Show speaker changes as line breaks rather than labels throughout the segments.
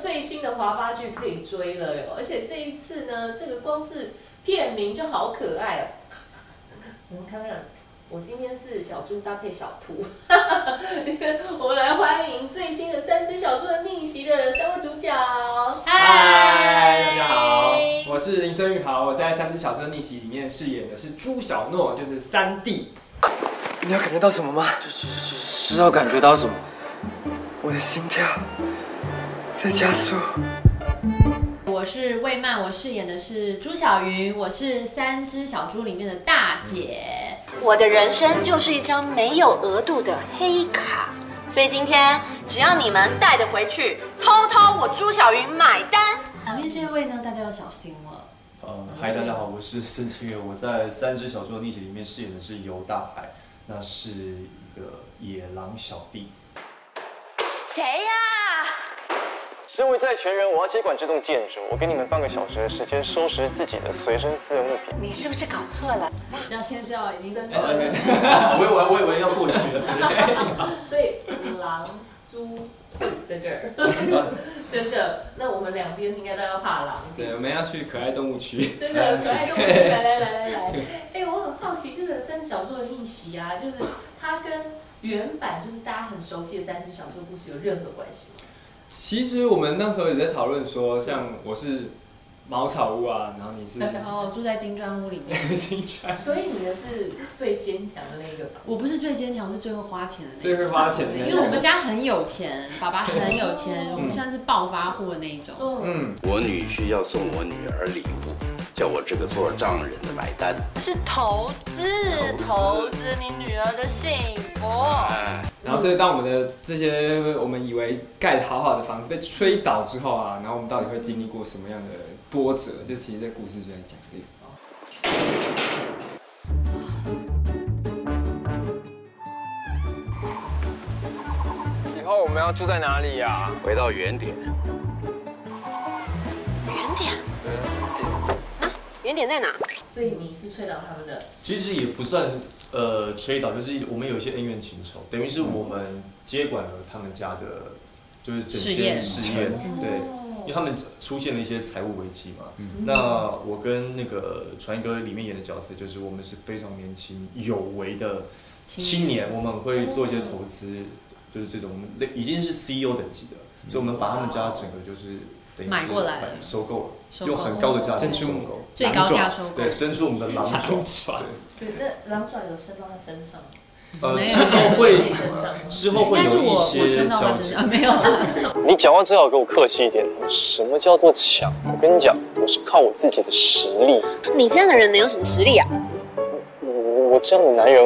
最新的华发剧可以追了哟，而且这一次呢，这个光是片名就好可爱 哦。我们嗯看看，我今天是小猪搭配小兔， 我们来欢迎最新的三只小猪的逆袭的三位主角。哎
嗨，大家好，我是林森玉豪，我在《三只小猪的逆袭》里面饰演的是朱小诺，就是三弟。
你有感觉到什么吗？
是要感觉到什么？
我的心跳在加速。
我是魏曼，我饰演的是朱小云，我是三只小猪里面的大姐。
我的人生就是一张没有额度的黑卡，所以今天只要你们带得回去，偷偷我朱小云买单。
旁边这位呢，大家要小心哦了。
呃，嗨，大家好，我是孙清源，我在《三只小猪的逆袭》里面饰演的是尤大海，那是一个野狼小弟。
谁呀、
身为债权人，我要接管这栋建筑。我给你们半个小时的时间收拾自己的随身私人物品。
你是不是搞错了？
像先是要已经
真
哎哎
的，
哎我以为我以为要 过去了。
所以嗯狼、猪、兔在这儿， 真的。那我们两边应该都要怕狼。
对，我们要去可爱动物区。
真的可爱动物，来来来来来，哎、我很好奇，这个三只小猪的逆袭啊，就是它跟原版就是大家很熟悉的三只小猪的故事有任何关系吗？
其实我们那时候也在讨论说，像我是茅草屋啊，然后你是
然 后住在金砖屋里面。
金川，
所以你的是最坚强的那个吧？
我不是最坚强，我是最会花钱的那
最
个。
会花钱的
对
那个。
因为我们家很有钱，爸爸很有钱，我们算是暴发户的那一种。
嗯，
嗯，
我女婿要送我女儿礼物，叫我这个做账人的买单。
是投资，投资你女儿的幸福。
哎，
然后所以当我们的这些我们以为盖得好好的房子被吹倒之后啊，然后我们到底会经历过什么样的波折？就其实这故事就在讲这个。
以后我们要住在哪里呀、
回到原点，
原点啊，原点在哪？
所以你是吹倒他们的，
其实也不算呃吹倒，就是我们有一些恩怨情仇，等于是我们接管了他们家的，就是整
事业
件事业，嗯对。因
哦
为他们出现了一些财务危机嘛，那我跟那个传哥里面演的角色，就是我们是非常年轻有为的青年，我们会做一些投资，就是这种我们类已经是 CEO 等级的，所以我们把他们家整个就是等于是
买过来了
收购
收
了，
购
用很高的价
先
钱
去
收购，
最高价收购
对，。伸出我们的狼爪，
床，
对，那狼爪有伸到他身上吗，
呃，
没有
之后会
身上吗
之后会
但是
有
我
一
我
些
升到
交
他
集
身。上 没 有。
你讲话最好给我客气一点。什么叫做抢？我跟你讲，我是靠我自己的实力。
你这样的人能有什么实力啊？
我我我这样的男人，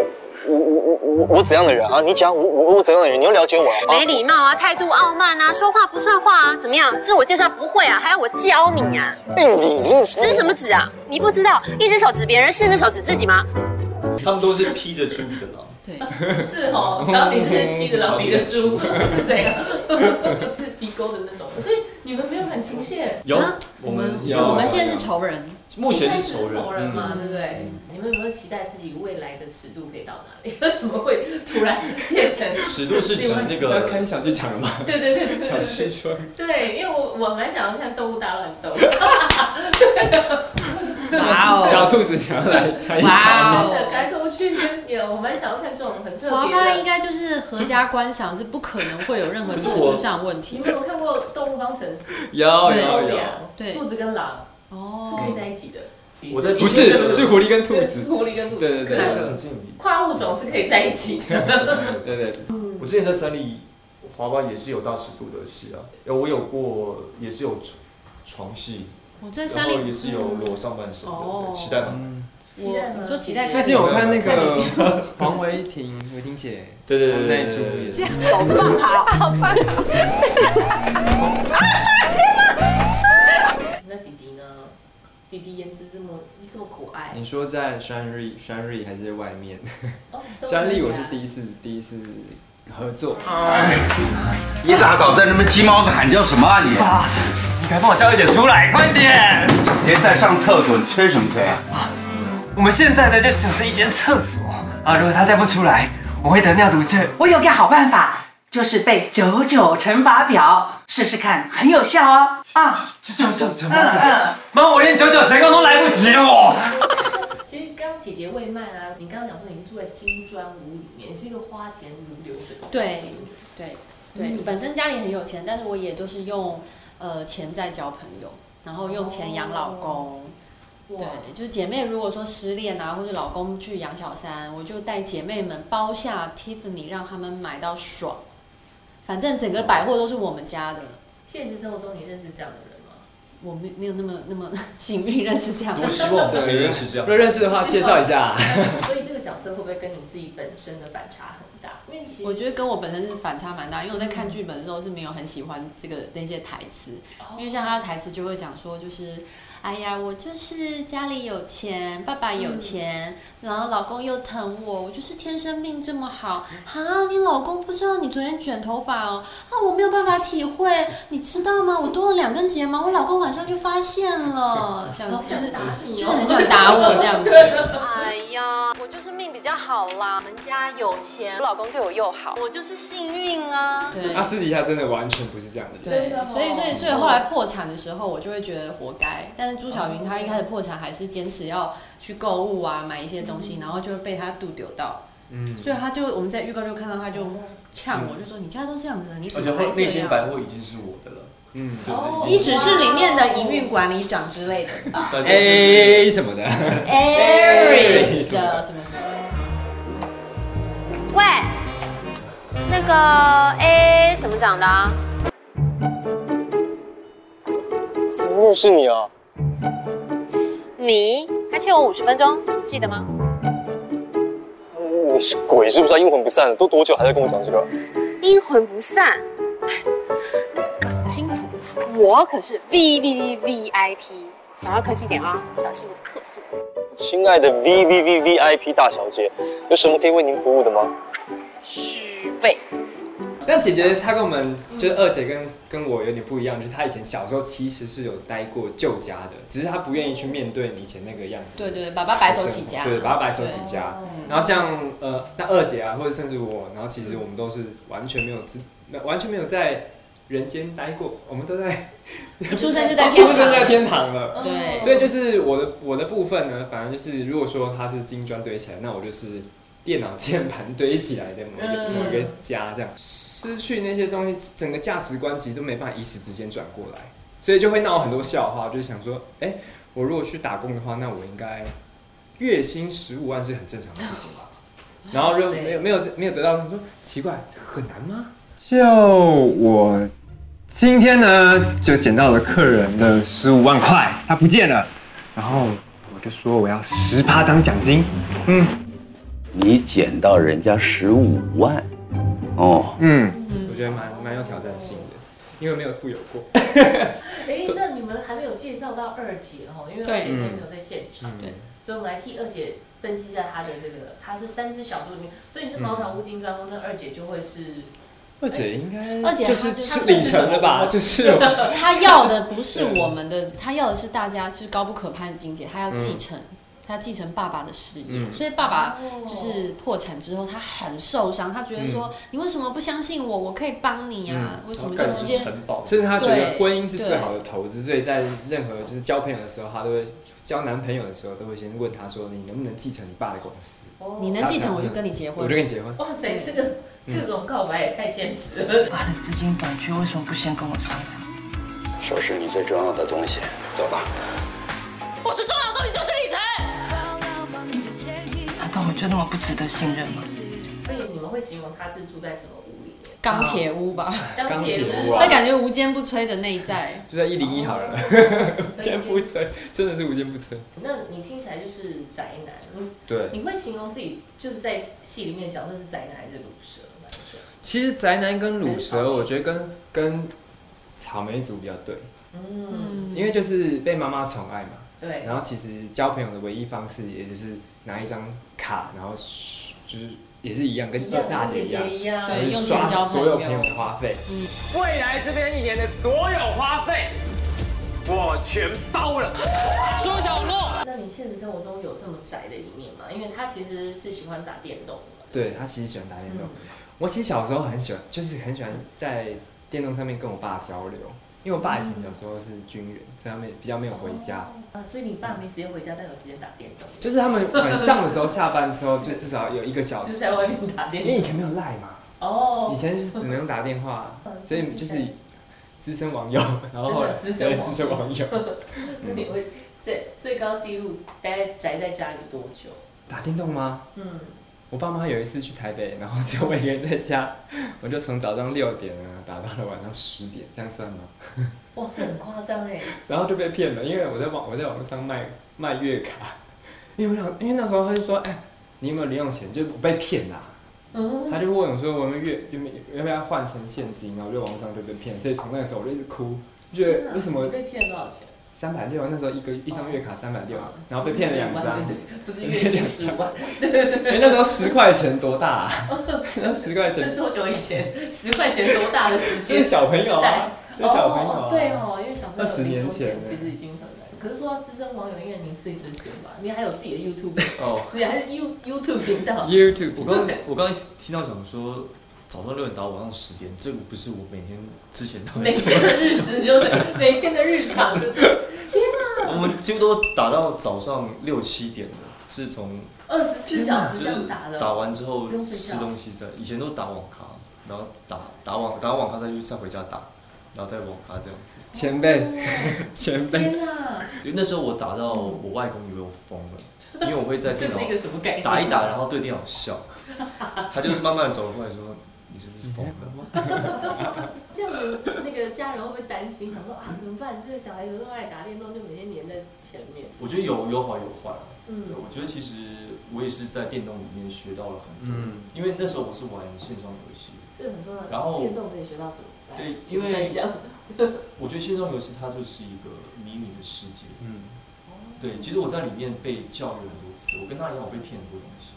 我我我我我怎样的人啊？你讲我我我怎样的人？你要了解我啊？
没礼貌啊，态度傲慢啊，说话不算话啊，怎么样？自我介绍不会啊，还要我教你啊？
哎你这
指什么指啊？你不知道一只手指别人，四只手指自己吗？
他们都是披着猪皮的狼，
对，
是哦，然后你是踢着老皮的猪， 是谁啊？是地沟的那种，所以你们没有感情线。
有
啊
我们
有
我们现在是仇人。
目
一
前
开
是
始
仇人，
人嘛，对不对？
嗯
你们有没有期待自己未来的尺度可以到哪里？ 怎么会突然变成？
尺度是指那
要
个
开小剧场了吗？
对对对对
小西
对
装，
对，对，因为我我蛮想要看《动物大乱斗》，
哇
小
哦！
兔子想要来参与
哇
讨
哦
论。
真的改口去跟也，我蛮想要看这种很特
华
别
发应
的。
该就是合家观赏，是不可能会有任何尺度上的问
你
题
们。有看过《动物方程式》？
有
哦
有
欧
有，
阳
对
兔子跟狼是可以
哦，
在一起的。
我在
不是是狐狸跟兔
对，是
子，
狐狸跟兔子。
对对对
可以
个
很近离。
跨物种是可以在一起的。
对对，对
我之前在三立华吧也是有大尺度的戏啊，呃，我有过也是有床床戏，
我在
然
山
后
里
也是有裸上半身的，
哦
对期待吗？
嗯。
期待吗
我说期待
最
看
近
你
我看那
看
个黄维婷， 维婷姐，
对对对
那
对
一出
对
也
对
是
对，，
好棒好！
那弟弟呢？弟弟颜值这么这么可爱
你，说在山瑞山瑞还是外面？
哦都
山
可以
丽
啊
我是第一次第一次合作，
啊
你大早在那边鸡毛喊叫什么啊你？
你快帮我叫二姐出来，快点！
别在上厕所，你吹什么吹啊？
我们现在呢就只有这一间厕所啊，如果她再不出来，我会得尿毒症。
我有个好办法，就是背九九乘法表，试试看，很有效哦。啊，
九九九乘法表，妈，我连九九成功都来不及了我。
其实刚刚姐姐魏曼啊，你刚刚讲说你是住在金砖屋里面，是一个花钱如流水的
对
房子
对对、
嗯
本身家里很有钱，但是我也就是用呃钱在交朋友，然后用钱养老公。对，就是姐妹如果说失恋啊，或者老公去养小三，我就带姐妹们包下 Tiffany，让他们买到爽。反正整个百货都是我们家的，
现实生活中你认识这样的人吗？
我没没有那么那么 幸运认识这样的人。
啊可以认识这样
如果认识的话，介绍一下。
所以这个角色会不会跟你自己本身的反差很大？因为其
我觉得跟我本身是反差蛮大，因为我在看剧本的时候是没有很喜欢这个那些台词，
哦
因为像他的台词就会讲说，就是哎呀，我就是家里有钱，爸爸有钱，然后老公又疼我，我就是天生命这么好。哈，你老公不知道你昨天卷头发哦，啊，我没有办法体会，你知道吗？我多了两根睫毛，我老公晚上就发现了，像就是
哦
就是很想打我这样子。
哎呀，我就是命比较好啦，我们家有钱，我老公对我又好，我就是幸运 啊。
对
他私底下真的完全不是这样的人。
对，所以所以所以后来破产的时候，我就会觉得活该。但是朱晓云她一开始破产还是坚持要去购物啊，买一些东西，然后就会被他度丢到。
嗯，
所以他就我们在预告就看到他就呛我，就说你家都这样子了，你
而
怎
且
么
后
还
那
这
间
样？
百货已经是我的了，
嗯，
就是已经
你只是里面的营运管理长之类的吧
大家就是哎
，A 什么的，
哎
，Aries 的什么什么，
喂，那个 A 什么长的、啊？
怎么又是你啊？
你还欠我五十分钟，记得吗？
你是鬼是不是啊？阴魂不散了，都多久还在跟我讲这个？
阴魂不散。搞清楚，我可是 V V V V I P，想要客气点啊，小心我客诉。
亲爱的 V V V V I P 大小姐，有什么可以为您服务的吗？
虚伪，
但姐姐她跟我们就是二姐跟跟我有点不一样，就是她以前小时候其实是有待过旧家的，只是她不愿意去面对你以前那个样子。
对对对，爸爸白手起家，
对，把它白手起家。然后像呃，那二姐啊，或者甚至我，然后其实我们都是完全没有知，完全没有在人间待过，我们都在
一出生就在
一
天
出生
堂，啊
在
哦
天堂了。
哦
对，
所以就是我的我的部分呢，反正就是如果说它是金砖堆起来，那我就是电脑键盘堆起来的某一个、
嗯
某一个家这样，失去那些东西，整个价值观其实都没办法一时之间转过来，所以就会闹很多笑话，就是想说，哎、我如果去打工的话，那我应该月薪十五万是很正常的事情吧？然后就没有没有没有得到，说奇怪，这很难吗？
就我今天呢，就捡到了客人的十五万块，他不见了，然后我就说我要十趴当奖金，
嗯
你捡到人家十五万，哦，
嗯，
我觉得蛮蛮有挑战性的，因为没有富有过。
哎，那你们还没有介绍到二姐哦，因为二姐今天没有在现场，
对，
所以我们来替二姐分析一下她的这个，她是三只小猪里面，所以你是毛小屋金砖屋，那二姐就会是
二姐应该
二姐她
就是
她
里程了吧？就是
他要的不是我们的，他要的是大家是高不可攀的金姐，他要继承，他要继承爸爸的事业，
嗯
所以爸爸就是破产之后，他很受伤，他觉得说、你为什么不相信我？我可以帮你啊，为什么就
感
直
情
接？
城堡，
甚至她觉得
对
婚姻是最好的投资，所以在任何就是交朋友的时候，她都会交男朋友的时候，都会先问他说：“你能不能继承你爸的公司？
哦嗯
你能继承我就跟你结
我
婚
就。跟你结婚。
哇塞，这个这种告白也太现实了。
我的资金短缺，为什么不先跟我商量？
收拾你最重要的东西，走吧。
我最重要的东西就是里程。
难道我就那么不值得信任吗？
所以你们会形容她是住在什么屋里面？
钢铁屋吧，
钢铁
钢铁
屋
屋
那
啊
感觉无坚不摧的内在。
就在一零一好 了，
啊
无坚不摧，真的是无坚不摧。
那你听起来就是宅男，你
对，
你会形容自己就是在戏里面的角色是宅男还是乳蛇男生？
其实宅男跟乳蛇，我觉得跟跟草莓族比较对，
嗯，
因为就是被妈妈宠爱嘛。
对，
然后其实交朋友的唯一方式，也就是拿一张卡，然后就是也是一样，跟
一
二
样
大
跟
姐
姐
一样
姐，一样，
对
就是
用
刷
钱交
所有
朋
朋
友
友的花费。
未来这边一年的所有花费，我全包了。苏小诺，
那你现实生活中有这么宅的一面吗？因为他其实是喜欢打电动的，嗯
对他其实喜欢打电动，我其实小时候很喜欢，就是很喜欢在电动上面跟我爸交流，因为我爸以前小时候是军人，所以他们比较没有回家。
啊，所以你爸没时间回家，但有时间打电动，
就是他们晚上的时候、下班的时候， 就至少有一个小
就
时
是，在外面打电
因
动。
为以前没有赖嘛，
哦，
以前就是只能打电话，所以就是资深网友，然后后来
真的资深网友
对资深网友
那你会最最高纪录待在宅在家里多久？
打电动吗？
嗯，
我爸妈有一次去台北，然后只有我一个人在家，我就从早上六点啊打到了晚上十点，这样算吗？
哇，这很夸张哎。
然后就被骗了，因为我在网我在网络上卖卖月卡，因为我想，因为那时候他就说，哎、你有没有零用钱？就是我被骗啦、
嗯，
他就问我说，我们月有没有要不要换成现金？然后我就网络上就被骗，所以从那个时候我就一直哭，就觉得为什么
啊你被骗多少钱？
三百六？那时候一个一张月卡三百六，然后
哦不
被
是
骗了两
10万
张，
对 不是 月薪十万，
因为那时候十块钱多大、啊？那十 块
这是
钱，
多久以前？ 十块钱多大的时
这
间？
是小朋友
时代
啊，这是小朋友啊
哦，对哦，因为小朋友
20
零用
年前
其实已经很难。可是说到资深网友，应该您最之前吧？你还有自己的 YouTube，
哦，
你还是 You YouTube 频 道，
YouTube，
我刚我刚刚听到讲说早上六点到晚上十点，这个不是我每天之前都
每
在做
天的
的事。
日子就是 每天的日常，就是
我们几乎都打到早上六七点的，是从
二十四小时
就
这样
是
打
打
了。
完之后
不用睡觉
吃东西再，以前都打网咖，然后打打网打网咖再去再回家打，然后再网咖这样子。
前辈，前辈，
天哪，
所以那时候我打到我外公以为我疯了，因为我会在
这
电脑
是一个什么概念？
打一打，然后对电脑笑，他就慢慢地走过来说：“你是不是疯了？”
这样子，那个家人会不会担心？想说啊，怎么办？这个小孩有时候爱打电动，就每天黏在前面。
我觉得有有好有坏啊。
嗯
对，我觉得其实我也是在电动里面学到了很多，
嗯。
因为那时候我是玩线上游戏，
这很多人
然后
电动可以学到什么？来
对
请
因为
分享
我觉得线上游戏它就是一个迷你的世界。
嗯
对，其实我在里面被教育很多次，我跟他一样，我被骗很多东西，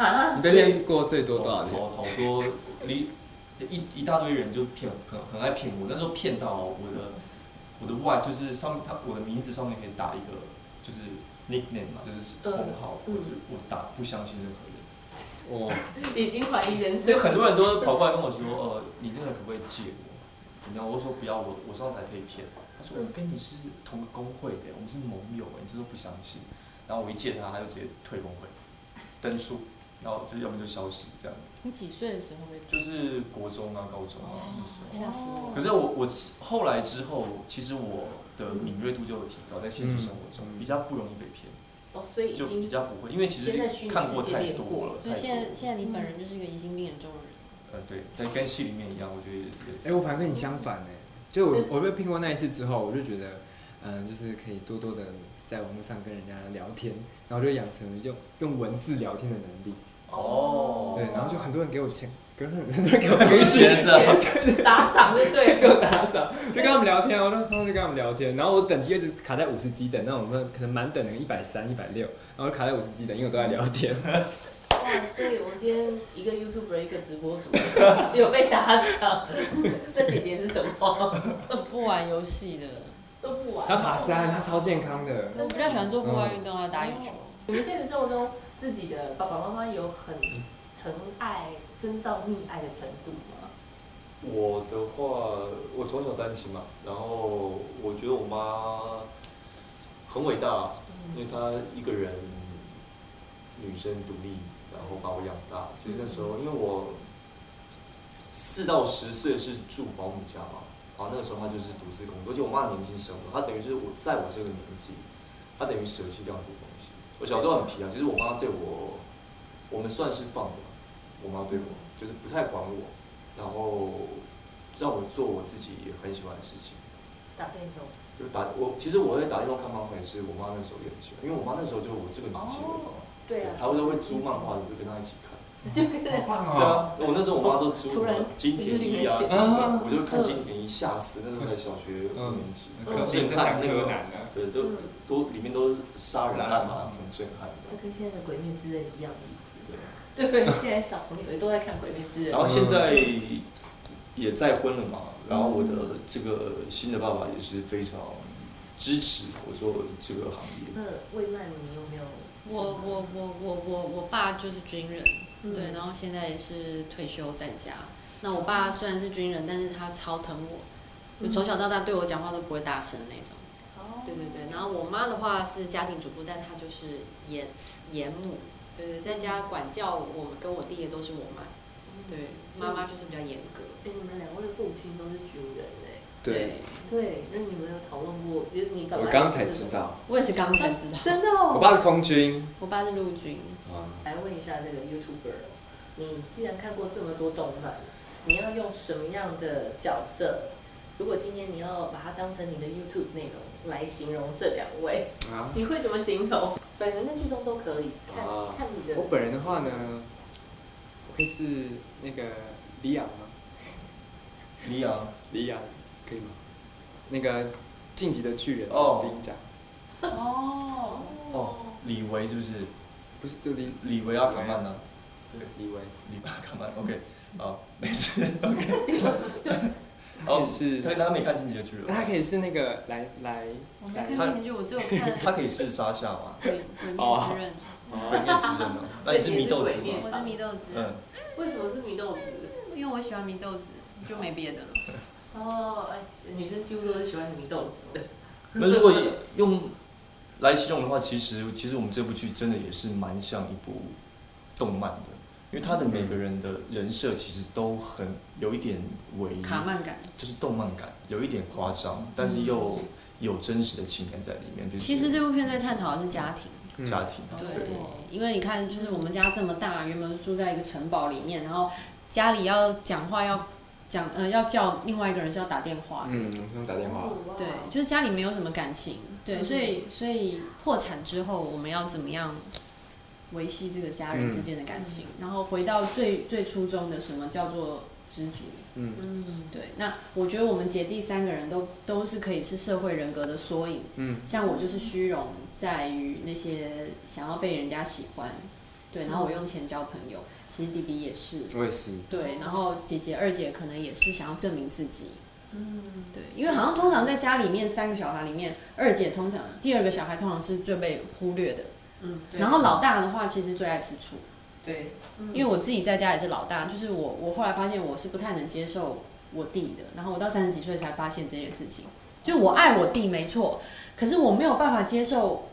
啊，
你被骗过最多多少钱？
好好好多离一一大堆人就骗很很爱骗我，那时候骗到哦我的我的外就是上面他我的名字上面可以打一个就是 nickname 嘛，就是封号，
嗯
或者是我打不相信任何人。
我
已经怀疑人
所以
生。
很多人都跑过来跟我说，呃，你那个可不可以借我？怎么样？我就说不要，我我上次才被骗。他
嗯
说我跟你是同个工会的，我们是盟友，欸你这都不相信。然后我一借他，他就直接退工会，登出，然后就要么就消失这样子。
你几岁的时候会哦
就是国中啊、高中啊那时候。
吓死我？
可是我我后来之后，其实我的敏锐度就有提高，在现实生活中
嗯
比较不容易被骗，
哦，所以已
就比
经
较不会，因为其实
现在虚拟
看过
世界
太
练
多
过
了，
所以
太
现
多
在
了。
现在你本人就是一个疑心病很重的人。
呃，对，在跟戏里面一样，我觉得也
哎、
是。
我 反而跟你相反哎、就我我被骗过那一次之后，我就觉得，嗯、就是可以多多的在网络上跟人家聊天，然后就养成了用用文字聊天的能力。
哦
对，然后就很多人给我钱，给 很多人给我东西，
打赏就 对
给
了。
我打赏，就跟他们聊天，啊我就上次跟他们聊天，然后我等级一直卡在五十几等，那我们可能满等的一百三、一百六，然后卡在五十几等，因为我都在聊天。
哇，哦所以我今天一个 YouTuber 一个直播主 有被打赏， 那姐姐是什么？
我不玩游戏的，
都不玩。
他爬山，他超健康的。
我比较喜欢做户外运动啊，打羽球。
你们现实生活中自己的爸爸妈妈有很疼爱，甚至到溺爱的程度吗？
我的话，我从小单亲嘛，然后我觉得我妈很伟大，因为她一个人女生独立，然后把我养大。其实那时候，因为我四到十岁是住保姆家嘛，然后那个时候她就是独自工作，而且我妈年轻生活，她等于是我在我这个年纪，她等于舍弃掉很多东西。我小时候很皮啊，就是我妈对我，我们算是放养，我妈对我就是不太管我。然后让我做我自己也很喜欢的事情，
打电动。
就打我其实我在打电动看漫画也是我妈那时候也很喜欢，因为我妈那时候就我这个年纪的嘛，
对啊，
她会都会租 漫画，我就跟她一起看。
就跟着
棒
对！啊，我那时候我妈都租
突然
金田一啊
你就立刻
什么
醒
的，我就看金田一吓死，那时
嗯
候才小学五年级，
嗯可
很
是
震撼那个，
啊。
对，
嗯
都都里面都是杀人案嘛，很震撼
这
的。
跟现在的《鬼灭之刃》一样的意
对，
思。对，现在小朋友也都在看《鬼灭之 刃
然》。后现在也再婚了嘛，然后我的这个新的爸爸也是非常支持我做这个行业。
那魏曼，你有没有
我我我我我我爸就是军人，
嗯
对，
哎
然后现在也是退休在家。那我爸虽然是军人，但是他超疼我，
嗯
就从小到大对我讲话都不会大声那种。对对对，然后我妈的话是家庭主妇，但她就是严严母，对对，在家管教我们跟我弟也都是我妈，对，妈妈就是比较严格。
哎，你们两位父亲都是军人哎、
对，
对，那你们有讨论过？就是你爸爸
我刚才知道，
我也是刚才知道，
真的哦。
我爸是空军
我爸是陆军，
啊，
来问一下这个 YouTuber，哦你既然看过这么多动漫，你要用什么样的角色？如果今天你要把它当成你的 YouTube 内容来形容这两位，
啊
你会怎么形容？本人跟剧中都可以，看、
啊
看你的。
我本人的话呢，我可以是那个李昂吗？
李昂，
李昂可以吗？那个晋级的巨人
哦
兵长，
哦，
哦，李维是不是？
不是对李
李维阿卡曼呢？
对李维，
李维阿卡曼，OK，好，没事，OK。
哦他可以是，
对，他没看《进击的巨人
那》他可以是那个来来
我没
来
看电视剧，我 只有看《
他哦可以是沙夏嘛？
鬼鬼灭之刃
哦
鬼灭之刃嘛？那你是米 豆子
所以你是鬼灭
嘛？
我是祢豆子
嗯，，
为什么是米豆子？
因为我喜欢祢豆子，就没别的了。
哦，哎，女生几乎都是喜欢米豆 子的。
那如果用来形容的话，其实其实我们这部剧真的也是蛮像一部动漫的，因为他的每个人的人设其实都很有一点唯一，
卡曼感，
就是动漫感，有一点夸张，但是又有真实的情感在里面。就是
其实这部片在探讨的是家庭。
家庭，啊
对，因为你看，就是我们家这么大，原本住在一个城堡里面，然后家里要讲话要讲，呃，要叫另外一个人是要打电话，
嗯，我想打电
哦
话，
对，就是家里没有什么感情，对，所以所以破产之后，我们要怎么样维系这个家人之间的感情，然后回到最最初衷的什么叫做知足，
嗯
嗯，对，那我觉得我们姐弟三个人都都是可以是社会人格的缩影，
嗯，
像我就是虚荣，在于那些想要被人家喜欢，对，然后我用钱交朋友，其实弟弟也是，
我也是，
对，然后姐姐、二姐可能也是想要证明自己。嗯，对，因为好像通常在家里面三个小孩里面，二姐通常第二个小孩通常是最被忽略的，
嗯，对
然后老大的话其实最爱吃醋，
对，
因为我自己在家也是老大，就是我我后来发现我是不太能接受我弟的，然后我到三十几岁才发现这件事情，就我爱我弟没错，可是我没有办法接受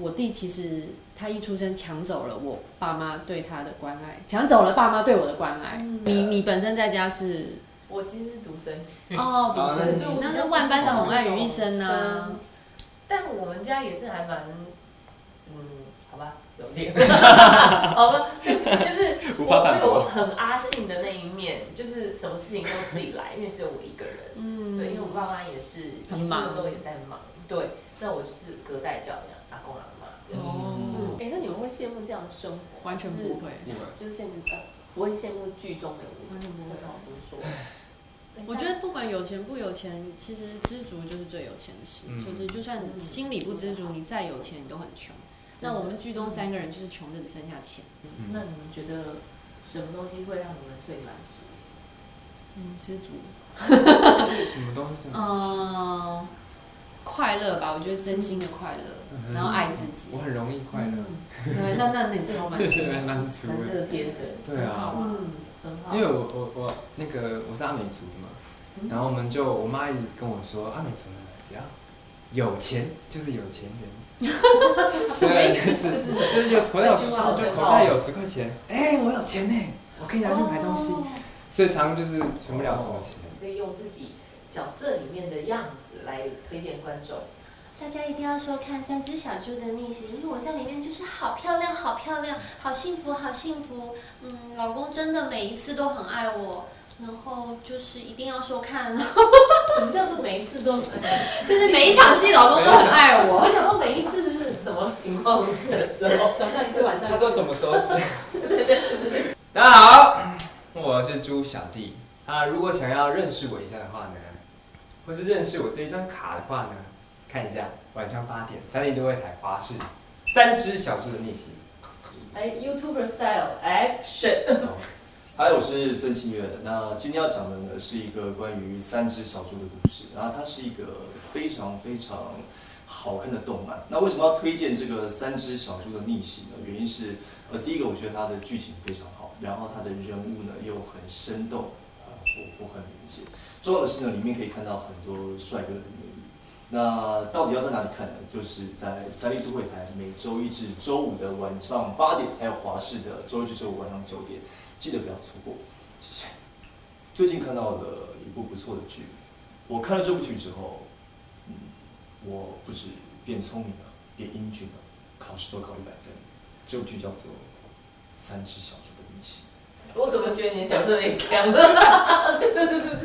我弟其实他一出生抢走了我爸妈对他的关爱，抢走了爸妈对我的关爱。你你本身在家是
我其实是独生
哦独生
所以
女
我，
那是万般宠爱于一身呢、
嗯但我们家也是还蛮，嗯，好吧，有点， 好吧，就是
无
我
法
我
反驳
有很阿信的那一面，就是什么事情都自己来，因为只有我一个人。
嗯，
对，因为我爸妈也是年
很
轻
忙
的时候也在忙，对，那我就是隔代教养，阿公阿妈。
哦，
嗯，哎、那你们会羡慕这样的生活？
完全不会，
就是，就是羡慕，呃，不会羡慕剧中的我，
完全不会
这个好怎么说？
嗯我觉得不管有钱不有钱，其实知足就是最有钱的事。
嗯
就是就算你心里不知足，你再有钱你都很穷。那我们剧中三个人就是穷的只剩下钱。
那你们觉得什么东西会让你们最满足？
嗯，知足，
什么都是这样，
嗯，快乐吧，我觉得真心的快乐，嗯然后爱自己
嗯
嗯
我。很容易快乐，
对，那那你超满足
对，满足
蛮
了，
乐天的，
对
很好
啊。
啊。
嗯，很好。
因为我我我那个我是阿美族的嘛，然后我们就我妈一直跟我说，阿美族人只要有钱就是有钱人，所以就是就是有口袋有
这句话好
就
深
口
奥
袋有十块钱，哎，我有钱呢，我可以拿去买东西，所以常常就是存不了什么钱。
可以用自己角色里面的样子来推荐观众。
大家一定要收看《三只小猪的逆袭》，因为我在里面就是好漂亮，好漂亮，好幸福，好幸福。嗯，老公真的每一次都很爱我，然后就是一定要收看，
什么叫做每一次都？我
就是每一场戏，老公都很爱我。
想说每一次是什么情况的时 候？
早上一次，晚上一次。
说什么时候是？ 大家好，我是猪小弟啊。如果想要认识我一下的话呢，或是认识我这一张卡的话呢，看一下晚上八点三立都会台花式三只小猪的逆袭。
哎，YouTuber style action。
嗨，我是孙清月。那今天要讲的呢是一个关于三只小猪的故事，然后它是一个非常非常好看的动漫。那为什么要推荐这个《三只小猪的逆袭》呢？原因是，呃，第一个我觉得它的剧情非常好，然后它的人物呢又很生动，呃，活泼很明显。重要的是呢，里面可以看到很多帅哥的魅力。那到底要在哪里看呢？就是在三立都会台每周一至周五的晚上八点，还有华视的周一至周五晚上九点，记得不要错过。谢谢。最近看到了一部不错的剧，我看了这部剧之后，嗯，我不止变聪明了，变英俊了，考试都考一百分。这部剧叫做《三只小猪的逆袭》。
我怎么觉得你的角色很强？对对对对，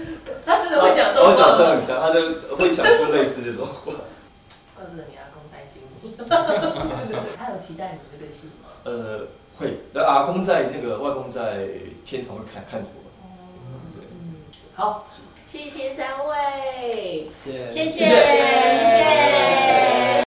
他真的会讲这种话。
我角色很强，他就会想出类似这种话。
怪不得你阿公担心你。 对对对，他有期待你这个戏吗？
呃，会。那阿公在那个外公在天堂会看看着我。
哦好，谢谢三位，
谢
谢谢谢谢。